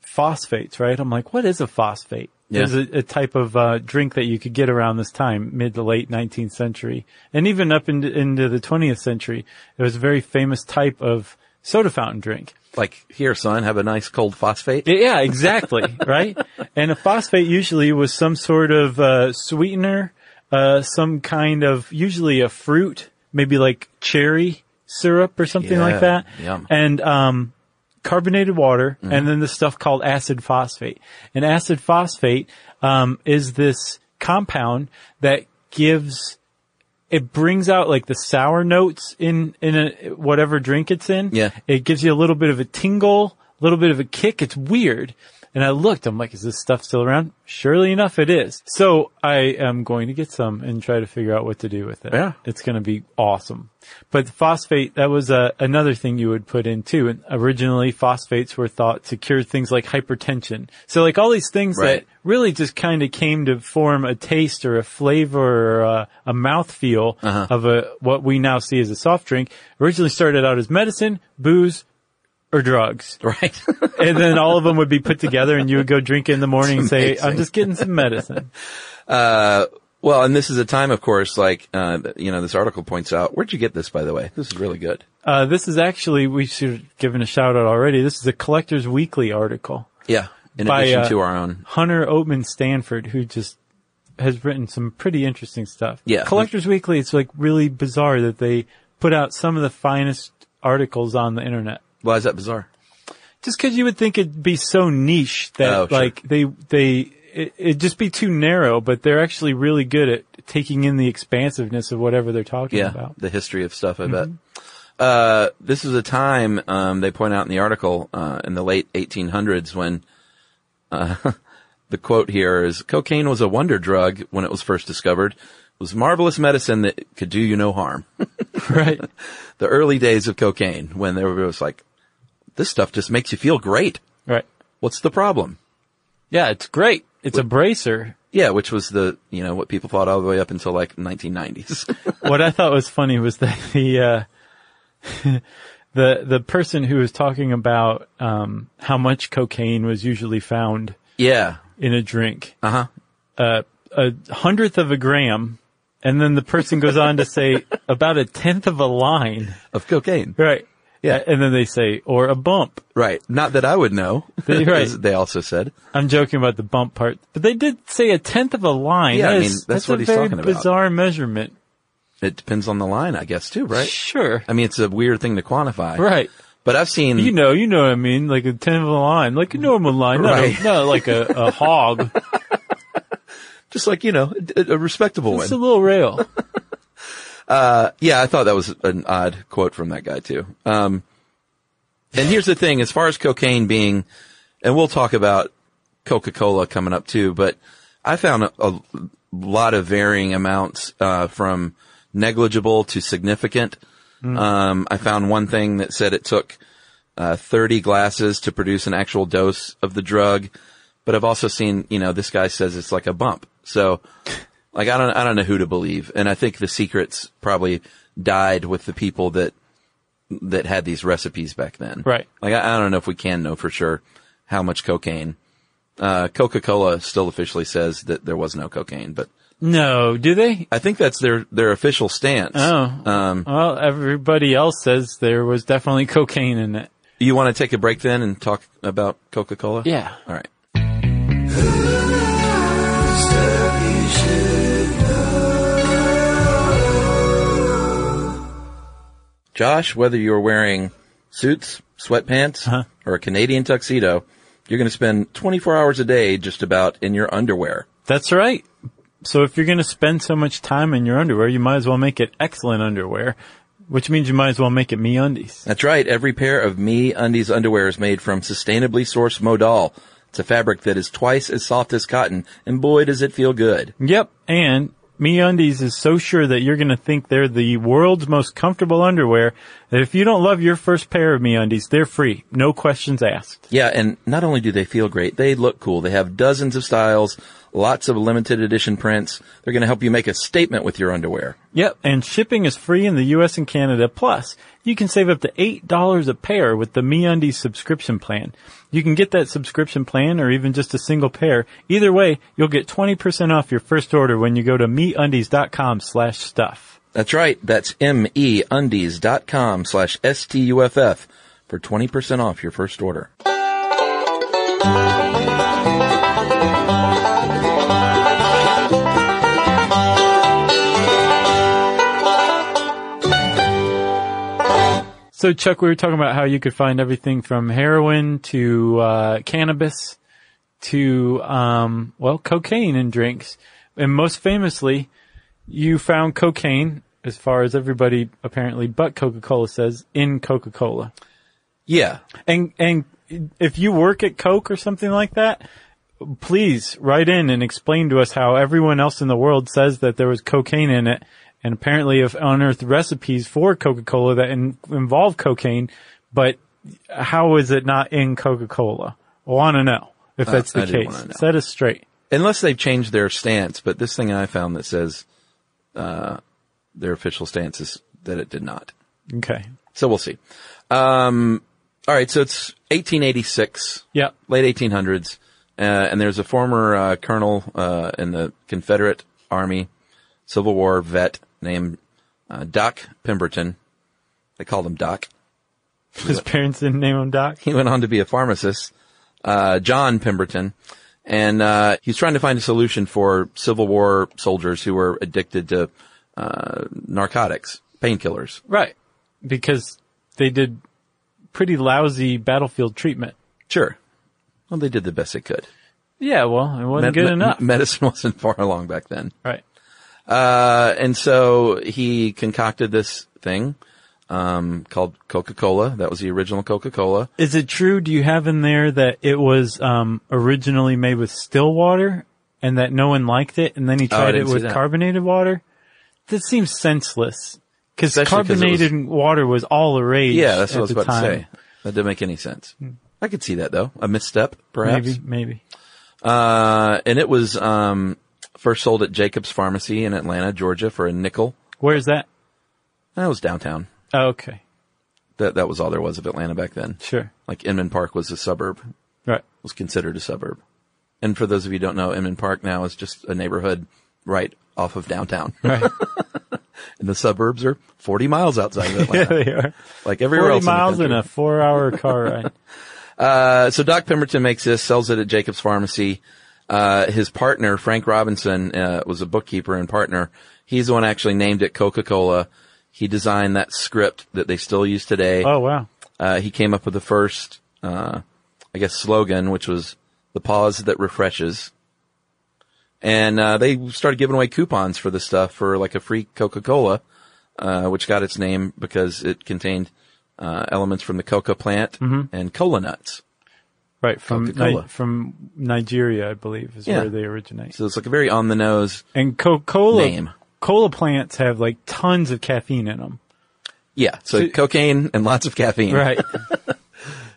Speaker 3: phosphates, right? I'm like, what is a phosphate?
Speaker 1: Yeah.
Speaker 3: There's a, a type of uh, drink that you could get around this time, mid to late 19th century, and even up into, into the 20th century. It was a very famous type of soda fountain drink.
Speaker 1: Like, here, son, have a nice cold phosphate.
Speaker 3: Yeah, exactly. right. And a phosphate usually was some sort of uh, sweetener, uh, some kind of usually a fruit, maybe like cherry syrup or something
Speaker 1: Yeah,
Speaker 3: like that.
Speaker 1: yum. Mm-hmm.
Speaker 3: And um, carbonated water, and then the stuff called acid phosphate. And acid phosphate um, is this compound that gives it brings out like the sour notes in in a, whatever drink it's in.
Speaker 1: Yeah.
Speaker 3: it gives you a little bit of a tingle, a little bit of a kick. It's weird. And I looked. I'm like, is this stuff still around? Surely enough, it is. So I am going to get some and try to figure out what to do with it.
Speaker 1: Yeah.
Speaker 3: it's going to be awesome. But phosphate, that was uh, another thing you would put in too. And originally, phosphates were thought to cure things like hypertension. So like all these things
Speaker 1: Right.
Speaker 3: that really just kind of came to form a taste or a flavor or a, a mouthfeel
Speaker 1: Uh-huh.
Speaker 3: of a what we now see as a soft drink. Originally started out as medicine, booze, or drugs,
Speaker 1: Right.
Speaker 3: and then all of them would be put together, and you would go drink it in the morning and say,
Speaker 1: amazing.
Speaker 3: "I'm just getting some medicine."
Speaker 1: well, and this is a time, of course, like, uh, you know, this article points out, where'd you get this, by the way? This is really good.
Speaker 3: Uh, this is actually we should have given a shout out already. This is a Collector's Weekly article.
Speaker 1: Yeah. In
Speaker 3: By,
Speaker 1: addition
Speaker 3: uh,
Speaker 1: to our own.
Speaker 3: Hunter Oatman Stanford, who just has written some pretty interesting stuff.
Speaker 1: Yeah.
Speaker 3: Collectors Weekly, it's like really bizarre that they put out some of the finest articles on the internet.
Speaker 1: Why is that bizarre?
Speaker 3: Just cause you would think it'd be so niche that
Speaker 1: Oh, sure.
Speaker 3: like they, they, it, it'd just be too narrow, but they're actually really good at taking in the expansiveness of whatever they're talking
Speaker 1: Yeah.
Speaker 3: about. Mm-hmm.
Speaker 1: The history of stuff, I bet. Uh, this is a time, um, they point out in the article, uh, in the late 1800s when, uh, the quote here is, cocaine was a wonder drug when it was first discovered. It was marvelous medicine that could do you no harm.
Speaker 3: right.
Speaker 1: the early days of cocaine when there was like, this stuff just makes you feel great.
Speaker 3: Right.
Speaker 1: What's the problem?
Speaker 3: Yeah. It's great. It's a bracer.
Speaker 1: Yeah, which was the, you know, what people thought all the way up until like 1990s.
Speaker 3: what I thought was funny was that the uh, the the person who was talking about um, how much cocaine was usually found
Speaker 1: yeah.
Speaker 3: in a drink,
Speaker 1: Uh-huh.
Speaker 3: a hundredth of a gram, and then the person goes on to say about a tenth of a line,
Speaker 1: Of cocaine.
Speaker 3: right?
Speaker 1: Yeah.
Speaker 3: and then they say or a bump.
Speaker 1: Right. Not that I would know.
Speaker 3: Right.
Speaker 1: as They also said.
Speaker 3: I'm joking about the bump part, but they did say a tenth of a line.
Speaker 1: Yeah, I
Speaker 3: That
Speaker 1: mean,
Speaker 3: is-
Speaker 1: that's what
Speaker 3: a
Speaker 1: he's
Speaker 3: very
Speaker 1: talking about.
Speaker 3: Bizarre measurement,
Speaker 1: It depends on the line, I guess, too, right?
Speaker 3: Sure,
Speaker 1: I mean, it's a weird thing to quantify.
Speaker 3: right.
Speaker 1: But I've seen,
Speaker 3: You know, you know what I mean, like a ten of a line, like a normal line, not,
Speaker 1: Right.
Speaker 3: a, not like a, a hog,
Speaker 1: just like, you know, a, a respectable
Speaker 3: just a
Speaker 1: one.
Speaker 3: little rail.
Speaker 1: yeah, I thought that was an odd quote from that guy, too. Um, and here's the thing, as far as cocaine being, and we'll talk about Coca-Cola coming up too, but I found a, a lot of varying amounts, uh, from negligible to significant.
Speaker 3: Mm-hmm.
Speaker 1: Um, I found one thing that said it took, uh, 30 glasses to produce an actual dose of the drug, but I've also seen, you know, this guy says it's like a bump. So, like, I don't, I don't know who to believe. And I think the secret's probably died with the people that that had these recipes back then.
Speaker 3: Right.
Speaker 1: Like I, I don't know if we can know for sure how much cocaine. Uh, Coca-Cola still officially says that there was no cocaine, but
Speaker 3: No, do they?
Speaker 1: I think that's their their official stance.
Speaker 3: Oh.
Speaker 1: Um,
Speaker 3: Well, everybody else says there was definitely cocaine in it.
Speaker 1: you want to take a break then and talk about Coca-Cola?
Speaker 3: Yeah.
Speaker 1: All right. Josh, whether you're wearing suits, sweatpants, or a Canadian tuxedo, you're going to spend 24 hours a day just about in your underwear.
Speaker 3: That's right. So if you're going to spend so much time in your underwear, you might as well make it excellent underwear, which means you might as well make it me undies.
Speaker 1: That's right. Every pair of Me Undies underwear is made from sustainably sourced modal. It's a fabric that is twice as soft as cotton, and boy, does it feel good.
Speaker 3: Yep. And me undies is so sure that you're going to think they're the world's most comfortable underwear that if you don't love your first pair of me undies, they're free. No questions asked.
Speaker 1: Yeah, and not only do they feel great, they look cool. They have dozens of styles, lots of limited edition prints. They're going to help you make a statement with your underwear.
Speaker 3: Yep. And shipping is free in the US and Canada. Plus, you can save up to $8 a pair with the me undies subscription plan. You can get that subscription plan or even just a single pair. Either way, you'll get 20% off your first order when you go to meundies.com slash stuff.
Speaker 1: That's right. That's meundies.com slash S-T-U-F-F for 20% off your first order.
Speaker 3: So Chuck, we were talking about how you could find everything from heroin to uh, cannabis to um, well cocaine in drinks, and most famously, you found cocaine, as far as everybody apparently but Coca Cola says, in Coca Cola.
Speaker 1: Yeah.
Speaker 3: And and if you work at Coke or something like that, please write in and explain to us how everyone else in the world says that there was cocaine in it, and apparently have unearthed recipes for Coca-Cola that in, involve cocaine, but how is it not in Coca-Cola? Want to know if that's the
Speaker 1: I do wanna know.
Speaker 3: case? Set us straight.
Speaker 1: Unless they've changed their stance, but this thing I found that says, uh, their official stance is that it did not.
Speaker 3: Okay.
Speaker 1: So we'll see. Um, all right. So it's 1886.
Speaker 3: Yeah.
Speaker 1: late 1800s, uh, and there's a former uh, colonel uh, in the Confederate Army Civil War vet named uh, Doc Pemberton. They called him Doc.
Speaker 3: His parents didn't name him Doc.
Speaker 1: He went on to be a pharmacist, uh, John Pemberton, and uh, he's trying to find a solution for Civil War soldiers who were addicted to uh, narcotics, painkillers.
Speaker 3: Right. Because they did pretty lousy battlefield treatment.
Speaker 1: Sure. Well, they did the best they could.
Speaker 3: Yeah, well, it wasn't
Speaker 1: Me-
Speaker 3: good
Speaker 1: me-
Speaker 3: enough.
Speaker 1: Medicine wasn't far along back then.
Speaker 3: right.
Speaker 1: Uh, and so he concocted this thing, um, called Coca-Cola. That was the original Coca-Cola.
Speaker 3: Is it true? Do you have in there that it was um, originally made with still water and that no one liked it, and then he tried it
Speaker 1: Oh, didn't see
Speaker 3: with
Speaker 1: that.
Speaker 3: carbonated water? That seems senseless because
Speaker 1: Especially 'cause it was-
Speaker 3: carbonated water was all the rage.
Speaker 1: Yeah, that's what
Speaker 3: at
Speaker 1: I was
Speaker 3: the
Speaker 1: about
Speaker 3: time. Hmm.
Speaker 1: to say. That didn't make any sense. I could see that though. A misstep, perhaps.
Speaker 3: Maybe, maybe.
Speaker 1: Uh, and it was, um, first sold at Jacob's Pharmacy in Atlanta, Georgia for a nickel.
Speaker 3: Where's that?
Speaker 1: That was downtown.
Speaker 3: Oh, okay,
Speaker 1: That, that was all there was of Atlanta back then.
Speaker 3: sure.
Speaker 1: Like Inman Park was a suburb,
Speaker 3: Right.
Speaker 1: was considered a suburb. And for those of you who don't know, Inman Park now is just a neighborhood right off of downtown.
Speaker 3: Right.
Speaker 1: and the suburbs are 40 miles outside of
Speaker 3: yeah,
Speaker 1: Atlanta.
Speaker 3: they are.
Speaker 1: Like everywhere
Speaker 3: Forty
Speaker 1: else.
Speaker 3: miles
Speaker 1: in
Speaker 3: in
Speaker 1: the
Speaker 3: a
Speaker 1: country.
Speaker 3: four-hour car ride.
Speaker 1: Uh, so Doc Pemberton makes this, sells it at Jacob's Pharmacy. Uh, his partner, Frank Robinson, uh, was a bookkeeper and partner. He's the one actually named it Coca-Cola. He designed that script that they still use today.
Speaker 3: Oh wow.
Speaker 1: Uh, he came up with the first, uh, I guess slogan, which was the pause that refreshes. And, uh, they started giving away coupons for this stuff for like a free Coca-Cola, uh, which got its name because it contained, uh, elements from the coca plant and cola nuts.
Speaker 3: Right from
Speaker 1: Coca-Cola.
Speaker 3: Ni- from Nigeria, I believe, is
Speaker 1: Yeah.
Speaker 3: where they originate.
Speaker 1: So it's like a very on the nose.
Speaker 3: And Coca-Cola
Speaker 1: Name.
Speaker 3: cola plants have like tons of caffeine in them.
Speaker 1: Yeah. So, cocaine and lots of caffeine.
Speaker 3: Right.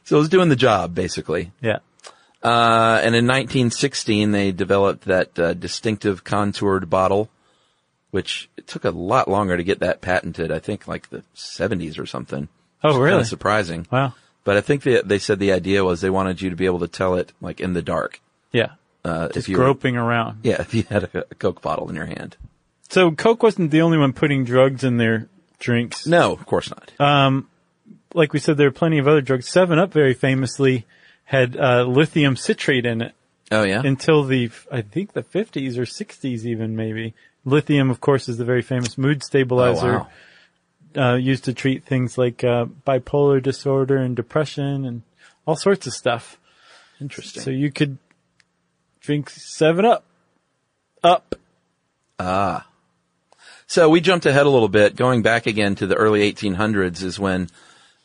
Speaker 1: So it was doing the job basically.
Speaker 3: yeah.
Speaker 1: Uh, and in 1916, they developed that uh, distinctive contoured bottle which it took a lot longer to get that patented. I think like the 70s or something.
Speaker 3: Oh,
Speaker 1: Which is kinda
Speaker 3: really?
Speaker 1: surprising.
Speaker 3: Wow.
Speaker 1: But I think they, they said the idea was they wanted you to be able to tell it like in the dark.
Speaker 3: Yeah.
Speaker 1: Uh,
Speaker 3: Just
Speaker 1: if you were-
Speaker 3: groping around.
Speaker 1: yeah, if you had a, a Coke bottle in your hand.
Speaker 3: So Coke wasn't the only one putting drugs in their drinks.
Speaker 1: No, of course not.
Speaker 3: Uh, Like we said, there are plenty of other drugs. Seven Up very famously had uh, lithium citrate in it
Speaker 1: oh yeah.
Speaker 3: until the, I think the 50s or 60s even maybe. Lithium, of course, is the very famous mood
Speaker 1: oh,
Speaker 3: stabilizer
Speaker 1: wow.
Speaker 3: uh, used to treat things like uh, bipolar disorder and depression and all sorts of stuff.
Speaker 1: Interesting.
Speaker 3: So you could drink Seven Up, up
Speaker 1: So we jumped ahead a little bit. Going back again to the early 1800s is when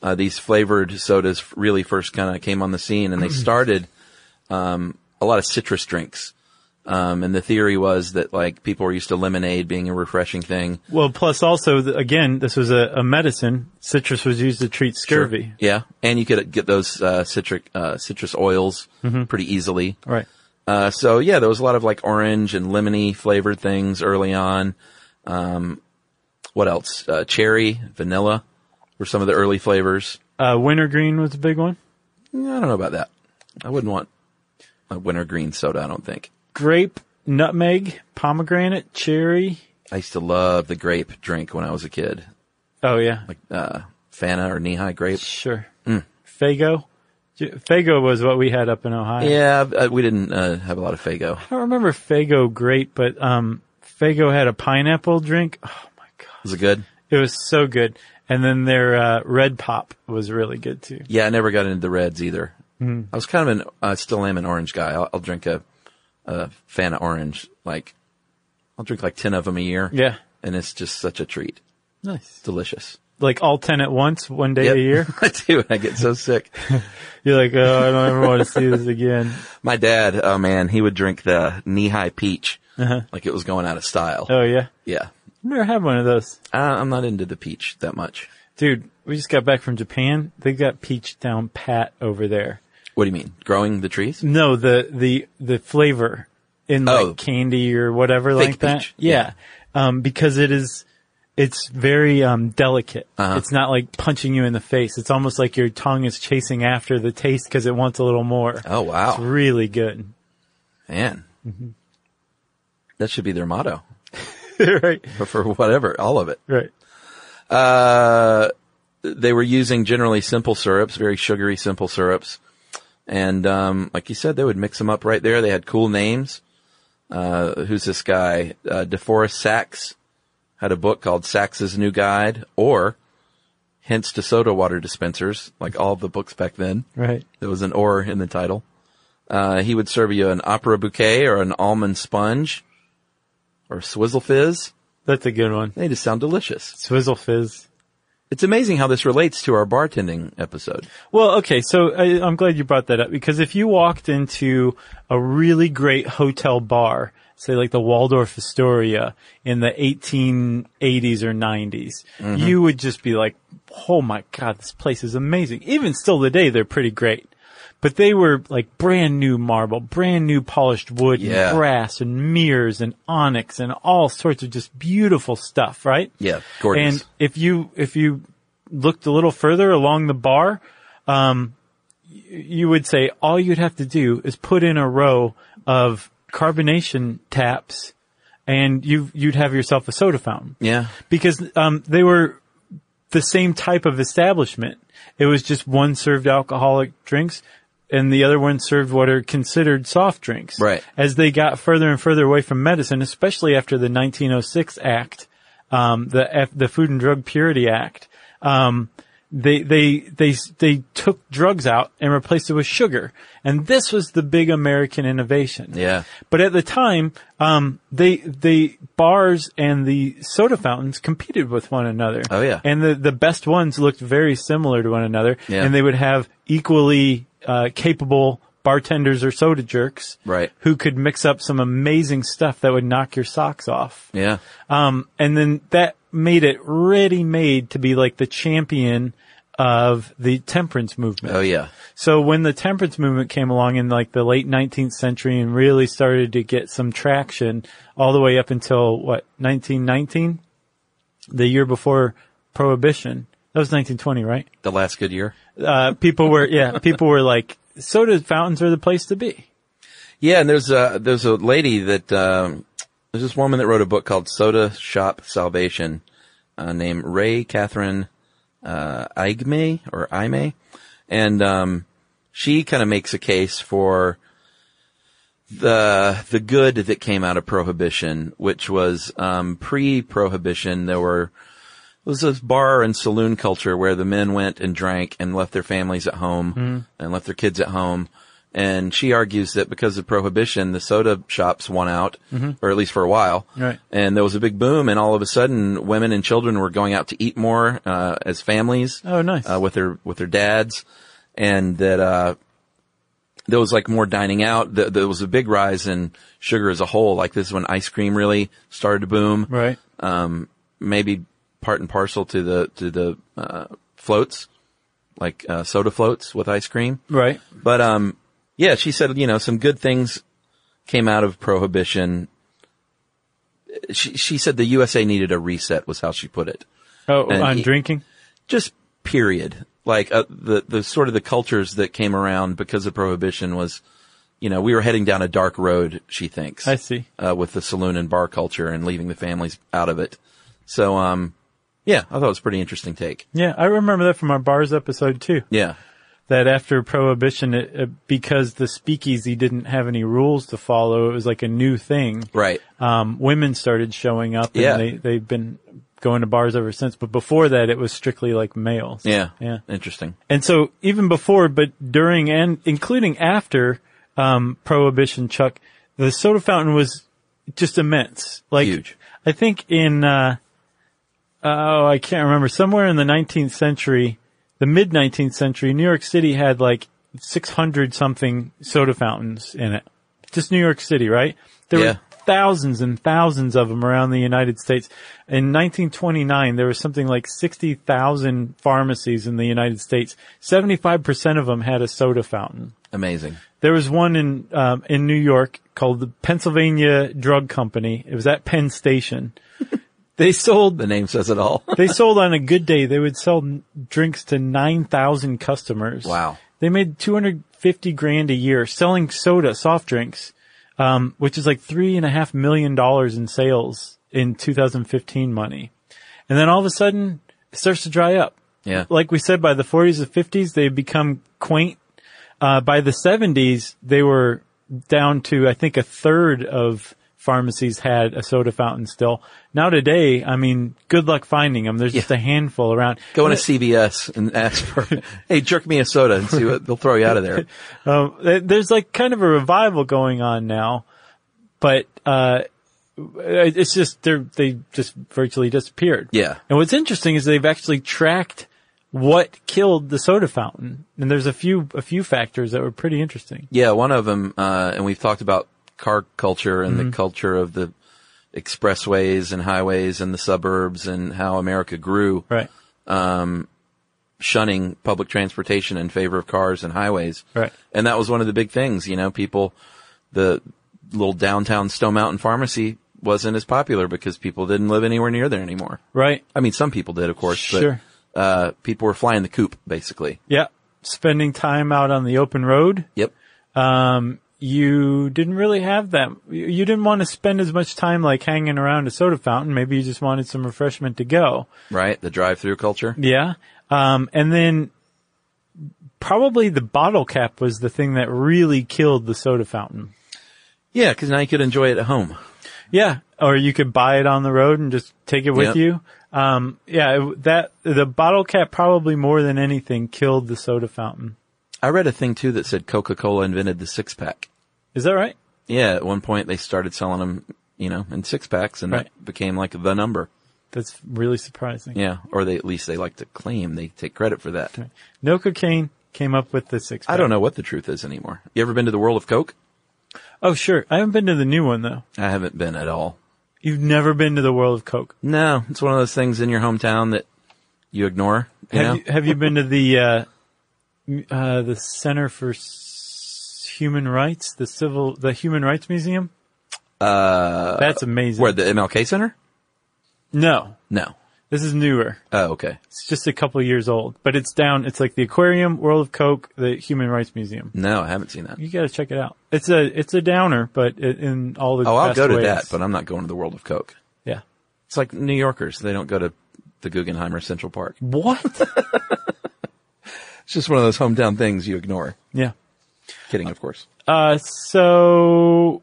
Speaker 1: uh, these flavored sodas really first kind of came on the scene, and they started um, a lot of citrus drinks. Um, and the theory was that like people were used to lemonade being a refreshing thing.
Speaker 3: Well, plus also, th- again, this was a, a medicine. Citrus was used to treat scurvy.
Speaker 1: Yeah, and you could get those uh, citric uh, citrus oils pretty easily.
Speaker 3: Right.
Speaker 1: Uh, so yeah, there was a lot of like orange and lemony flavored things early on. Um, what else? Uh, cherry, vanilla were some of the early flavors.
Speaker 3: Uh, wintergreen was a big one.
Speaker 1: Mm, I don't know about that. I wouldn't want a wintergreen soda. I don't think.
Speaker 3: Grape, nutmeg, pomegranate, cherry.
Speaker 1: I used to love the grape drink when I was a kid.
Speaker 3: Oh, yeah.
Speaker 1: Uh, Fanta or knee high grape.
Speaker 3: sure. Fago. J- Fago was what we had up in Ohio.
Speaker 1: Yeah, uh, we didn't uh, have a lot of Fago.
Speaker 3: I don't remember Fago grape, but um, Fago had a pineapple drink. Oh, my God.
Speaker 1: Was it good?
Speaker 3: It was so good. And then their uh, red pop was really good, too.
Speaker 1: Yeah, I never got into the reds either.
Speaker 3: Hmm.
Speaker 1: I was kind of an, I still am an orange guy. I'll, I'll drink a, a Fanta orange, like, I'll drink like 10 of them a year.
Speaker 3: Yeah.
Speaker 1: And it's just such a treat.
Speaker 3: Nice.
Speaker 1: Delicious.
Speaker 3: Like all 10 at once, one day
Speaker 1: Yep.
Speaker 3: a year.
Speaker 1: I do. and I get so sick.
Speaker 3: You're like, oh, I don't ever want to see this again.
Speaker 1: My dad, oh man, he would drink the knee high peach like it was going out of style.
Speaker 3: Oh yeah,
Speaker 1: Yeah.
Speaker 3: I've never had one of those,
Speaker 1: I, I'm not into the peach that much.
Speaker 3: dude. We just got back from Japan. They got peach down pat over there.
Speaker 1: What do you mean? Growing the trees?
Speaker 3: No, the the the flavor in like
Speaker 1: Oh.
Speaker 3: candy or whatever
Speaker 1: Fake
Speaker 3: like that.
Speaker 1: peach.
Speaker 3: Yeah, um, because it is. It's very um, delicate.
Speaker 1: Uh-huh.
Speaker 3: It's not like punching you in the face. It's almost like your tongue is chasing after the taste because it wants a little more.
Speaker 1: Oh
Speaker 3: It's
Speaker 1: wow.
Speaker 3: really good.
Speaker 1: Man. That should be their motto
Speaker 3: right,
Speaker 1: for- for whatever, all of it.
Speaker 3: right.
Speaker 1: Uh, they were using generally simple syrups, very sugary simple syrups. And, um, like you said, they would mix them up right there. They had cool names. Uh, who's this guy? Uh, DeForest Sachs had a book called Sachs's New Guide or Hints to Soda Water Dispensers, like all the books back then.
Speaker 3: Right.
Speaker 1: There was an or in the title. Uh, he would serve you an opera bouquet or an almond sponge or swizzle fizz.
Speaker 3: That's a good one.
Speaker 1: They just sound delicious.
Speaker 3: Swizzle fizz.
Speaker 1: It's amazing how this relates to our bartending episode.
Speaker 3: Well, okay, so I, I'm glad you brought that up because if you walked into a really great hotel bar, say like the Waldorf Astoria in the 1880s or 90s,
Speaker 1: Mm-hmm.
Speaker 3: you would just be like, oh my god, this place is amazing. Even still today, they're pretty great. But they were like brand new marble, brand new polished wood
Speaker 1: Yeah.
Speaker 3: and brass and mirrors and onyx and all sorts of just beautiful stuff, right?
Speaker 1: Yeah, gorgeous.
Speaker 3: And if you if you looked a little further along the bar, um, y- you would say all you'd have to do is put in a row of carbonation taps, and you you'd have yourself a soda fountain
Speaker 1: Yeah.
Speaker 3: because um, they were the same type of establishment. It was just one served alcoholic drinks and the other one served what are considered soft drinks.
Speaker 1: Right.
Speaker 3: As they got further and further away from medicine, especially after the 1906 Act, um, the F- the Food and Drug Purity Act, um, they they they they took drugs out and replaced it with sugar. And this was the big American innovation.
Speaker 1: Yeah.
Speaker 3: But at the time, um, they they bars and the soda fountains competed with one another.
Speaker 1: Oh, yeah.
Speaker 3: and the the best ones looked very similar to one another,
Speaker 1: Yeah.
Speaker 3: and they would have equally uh, capable bartenders or soda jerks,
Speaker 1: Right.
Speaker 3: Who could mix up some amazing stuff that would knock your socks off.
Speaker 1: Yeah.
Speaker 3: Um, and then that made it ready made to be like the champion of the temperance movement.
Speaker 1: Oh yeah.
Speaker 3: So when the temperance movement came along in like the late 19th century and really started to get some traction all the way up until what, 1919? The year before prohibition. That was 1920, right?
Speaker 1: The last good year.
Speaker 3: Uh, people were, yeah, people were like, soda fountains are the place to be.
Speaker 1: Yeah, and there's a there's a lady that um, there's this woman that wrote a book called Soda Shop Salvation, uh, named Ray Catherine uh, Igme or Ime, and um, she kind of makes a case for the the good that came out of prohibition, which was um, pre-prohibition. There were it was this bar and saloon culture where the men went and drank and left their families at home and left their kids at home. And she argues that because of prohibition, the soda shops won out, or at least for a while.
Speaker 3: Right.
Speaker 1: And there was a big boom, and all of a sudden, women and children were going out to eat more uh, as families.
Speaker 3: Oh, nice.
Speaker 1: Uh, with their with their dads, and that uh, there was like more dining out. Th- There was a big rise in sugar as a whole. Like this is when ice cream really started to boom
Speaker 3: Right.
Speaker 1: maybe part and parcel to the to the uh, floats, like uh, soda floats with ice cream.
Speaker 3: Right.
Speaker 1: But um, yeah, she said you know some good things came out of prohibition. She she said the USA needed a reset was how she put it.
Speaker 3: Oh,
Speaker 1: And
Speaker 3: on
Speaker 1: he-
Speaker 3: drinking?
Speaker 1: Just period. Like uh, the the sort of the cultures that came around because of prohibition was, you know, we were heading down a dark road. She thinks
Speaker 3: I see.
Speaker 1: uh, with the saloon and bar culture and leaving the families out of it. So, um, yeah, I thought it was a pretty interesting take.
Speaker 3: Yeah, I remember that from our bars episode too.
Speaker 1: Yeah.
Speaker 3: That after prohibition, it, it, because the speakeasy didn't have any rules to follow, it was like a new thing.
Speaker 1: Right.
Speaker 3: Um, women started showing up, and
Speaker 1: Yeah.
Speaker 3: they they've been going to bars ever since. But before that, it was strictly like males.
Speaker 1: Yeah.
Speaker 3: yeah.
Speaker 1: Interesting.
Speaker 3: And so even before, but during and including after um, Prohibition, Chuck, the soda fountain was just immense. Like
Speaker 1: Huge.
Speaker 3: I think in uh, oh I can't remember somewhere in the 19th century, the mid 19th century, New York City had like 600 something soda fountains in it. Just New York City, right? There
Speaker 1: Yeah.
Speaker 3: were thousands and thousands of them around the United States. In 1929, there was something like 60,000 pharmacies in the United States. 75% of them had a soda fountain.
Speaker 1: Amazing.
Speaker 3: There was one in, um, in New York called the Pennsylvania Drug Company. It was at Penn Station. they sold,
Speaker 1: The name says it all.
Speaker 3: they sold on a good day, they would sell n- drinks to 9,000 customers.
Speaker 1: Wow.
Speaker 3: They made 250 grand a year selling soda, soft drinks, um, which is like three and a half million dollars in sales in 2015 money. And then all of a sudden it starts to dry up.
Speaker 1: yeah.
Speaker 3: Like we said, by the 40s and 50s, they become quaint. Uh, by the 70s, they were down to, I think, a third of pharmacies had a soda fountain still. Now today, I mean, good luck finding them. There's just a handful around.
Speaker 1: Go into CVS and ask for, hey, jerk me a soda and see what they'll throw you out of there.
Speaker 3: Um, th- there's like kind of a revival going on now, but uh, it- it's just they they just virtually disappeared.
Speaker 1: Yeah.
Speaker 3: And what's interesting is they've actually tracked what killed the soda fountain, and there's a few a few factors that were pretty interesting.
Speaker 1: Yeah. One of them, uh, and we've talked about car culture and the culture of the expressways and highways and the suburbs and how America grew.
Speaker 3: Right.
Speaker 1: shunning public transportation in favor of cars and highways.
Speaker 3: Right.
Speaker 1: And that was one of the big things, you know, people, the little downtown Stone Mountain pharmacy wasn't as popular because people didn't live anywhere near there anymore.
Speaker 3: Right.
Speaker 1: I mean, some people did, of course,
Speaker 3: Sure.
Speaker 1: but, uh, people were flying the coop, basically.
Speaker 3: Yeah. Spending time out on the open road.
Speaker 1: Yep.
Speaker 3: um, you didn't really have that. You you didn't want to spend as much time like hanging around a soda fountain. Maybe you just wanted some refreshment to go.
Speaker 1: Right. The drive-through culture.
Speaker 3: Yeah. Um, and then probably the bottle cap was the thing that really killed the soda fountain.
Speaker 1: Yeah. Cause now you could enjoy it at home.
Speaker 3: Yeah. Or you could buy it on the road and just take it with
Speaker 1: Yep.
Speaker 3: you. Um, yeah, it- that, the bottle cap probably more than anything killed the soda fountain.
Speaker 1: I read a thing too that said Coca-Cola invented the six pack.
Speaker 3: Is that right?
Speaker 1: Yeah. At one point they started selling them, you know, in six packs and
Speaker 3: Right.
Speaker 1: that became like the number.
Speaker 3: That's really surprising.
Speaker 1: Yeah. Or they, at least they like to claim they take credit for that.
Speaker 3: No cocaine came up with the six.
Speaker 1: I don't know what the truth is anymore. You ever been to the World of Coke?
Speaker 3: Oh, sure. I haven't been to the new one though.
Speaker 1: I haven't been at all.
Speaker 3: You've never been to the world of Coke.
Speaker 1: No, it's one of those things in your hometown that you ignore. You
Speaker 3: have,
Speaker 1: know?
Speaker 3: you, have you been to the uh, m- uh, the Center for S- Human Rights, the civil, the Human Rights Museum? Uh, that's amazing.
Speaker 1: Where the MLK Center?
Speaker 3: no,
Speaker 1: No.
Speaker 3: this is newer.
Speaker 1: Oh, okay.
Speaker 3: It's just a couple years old, but it's down. It's like the Aquarium, World of Coke, the Human Rights Museum.
Speaker 1: No, I haven't seen that.
Speaker 3: You got to check it out. It's a it's a downer, but i- in all the
Speaker 1: Oh, I'll
Speaker 3: best
Speaker 1: go to
Speaker 3: ways.
Speaker 1: that, but I'm not going to the World of Coke.
Speaker 3: yeah,
Speaker 1: It's like New Yorkers; they don't go to the Guggenheim or Central Park.
Speaker 3: what?
Speaker 1: It's just one of those hometown things you ignore.
Speaker 3: yeah.
Speaker 1: Kidding, of course.
Speaker 3: Uh, so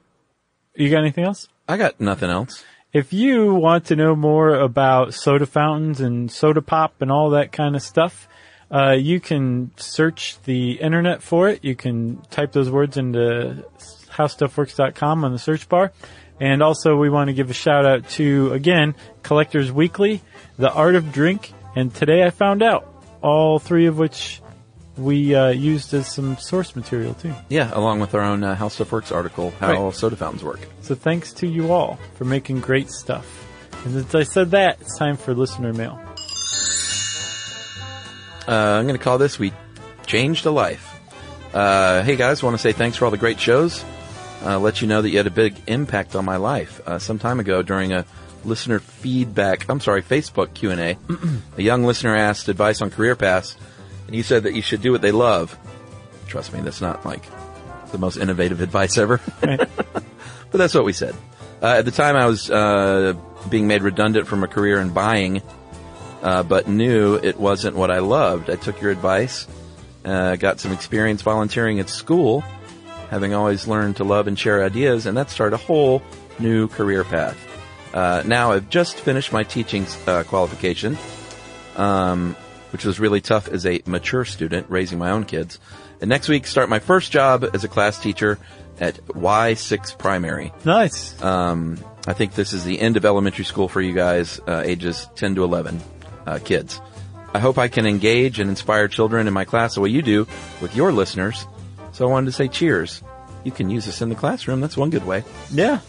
Speaker 3: you got anything else?
Speaker 1: I got nothing else.
Speaker 3: If you want to know more about soda fountains and soda pop and all that kind of stuff, uh, you can search the internet for it. You can type those words into howstuffworks.com on the search bar. And also we want to give a shout out to, again, Collectors Weekly, The Art of Drink, and Today I Found Out. All three of which we uh, used as some source material too.
Speaker 1: Yeah, along with our own uh, How Stuff Works article, how
Speaker 3: Right.
Speaker 1: soda fountains work.
Speaker 3: So thanks to you all for making great stuff. And since I said that, it's time for listener mail.
Speaker 1: Uh, I'm going to call this "We Changed a Life." Uh, hey guys, want to say thanks for all the great shows. Uh, let you know that you had a big impact on my life. Uh, some time ago, during a listener feedback, I'm sorry, Facebook Q and A, a young listener asked advice on career paths, and you said that you should do what they love. Trust me, that's not like the most innovative advice ever. But that's what we said. Uh, at the time, I was uh, being made redundant from a career in buying, uh, but knew it wasn't what I loved. I took your advice, uh, got some experience volunteering at school, having always learned to love and share ideas, and that started a whole new career path. Uh, now I've just finished my teaching uh, qualification, um, which was really tough as a mature student raising my own kids. And next week, start my first job as a class teacher at Y6 Primary.
Speaker 3: Nice.
Speaker 1: Um, I think this is the end of elementary school for you guys, uh, ages 10 to 11, uh, kids. I hope I can engage and inspire children in my class the way you do with your listeners. So I wanted to say cheers. You can use this in the classroom. That's one good way.
Speaker 3: yeah.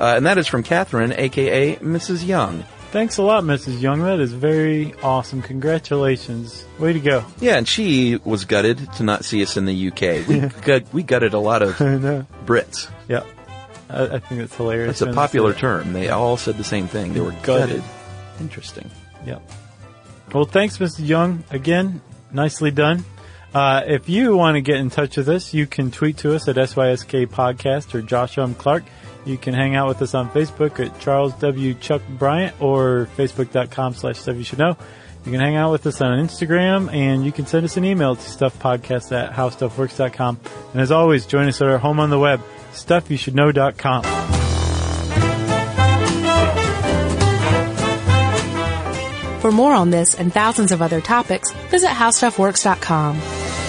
Speaker 1: Uh, and that is from Catherine, aka Mrs. Young.
Speaker 3: Thanks a lot, Mrs. Young. That is very awesome. Congratulations. Way to go.
Speaker 1: Yeah, and she was gutted to not see us in the UK. We, gut, we gutted a lot of Brits.
Speaker 3: Yeah. I, I think that's hilarious.
Speaker 1: That's a
Speaker 3: And
Speaker 1: popular term. They all said the same thing. They were
Speaker 3: Gutted.
Speaker 1: gutted. Interesting.
Speaker 3: Yeah. Well, thanks, Mrs. Young. Again, nicely done. Uh, if you want to get in touch with us, you can tweet to us at SYSK Podcast or Josh M. Clark. You can hang out with us on Facebook at Charles W. Chuck Bryant or Facebook.com slash Stuff You Should Know. You can hang out with us on Instagram and you can send us an email to stuffpodcast at howstuffworks.com. And as always, join us at our home on the web, stuffyoushouldknow.com.
Speaker 2: For more on this and thousands of other topics, visit howstuffworks.com.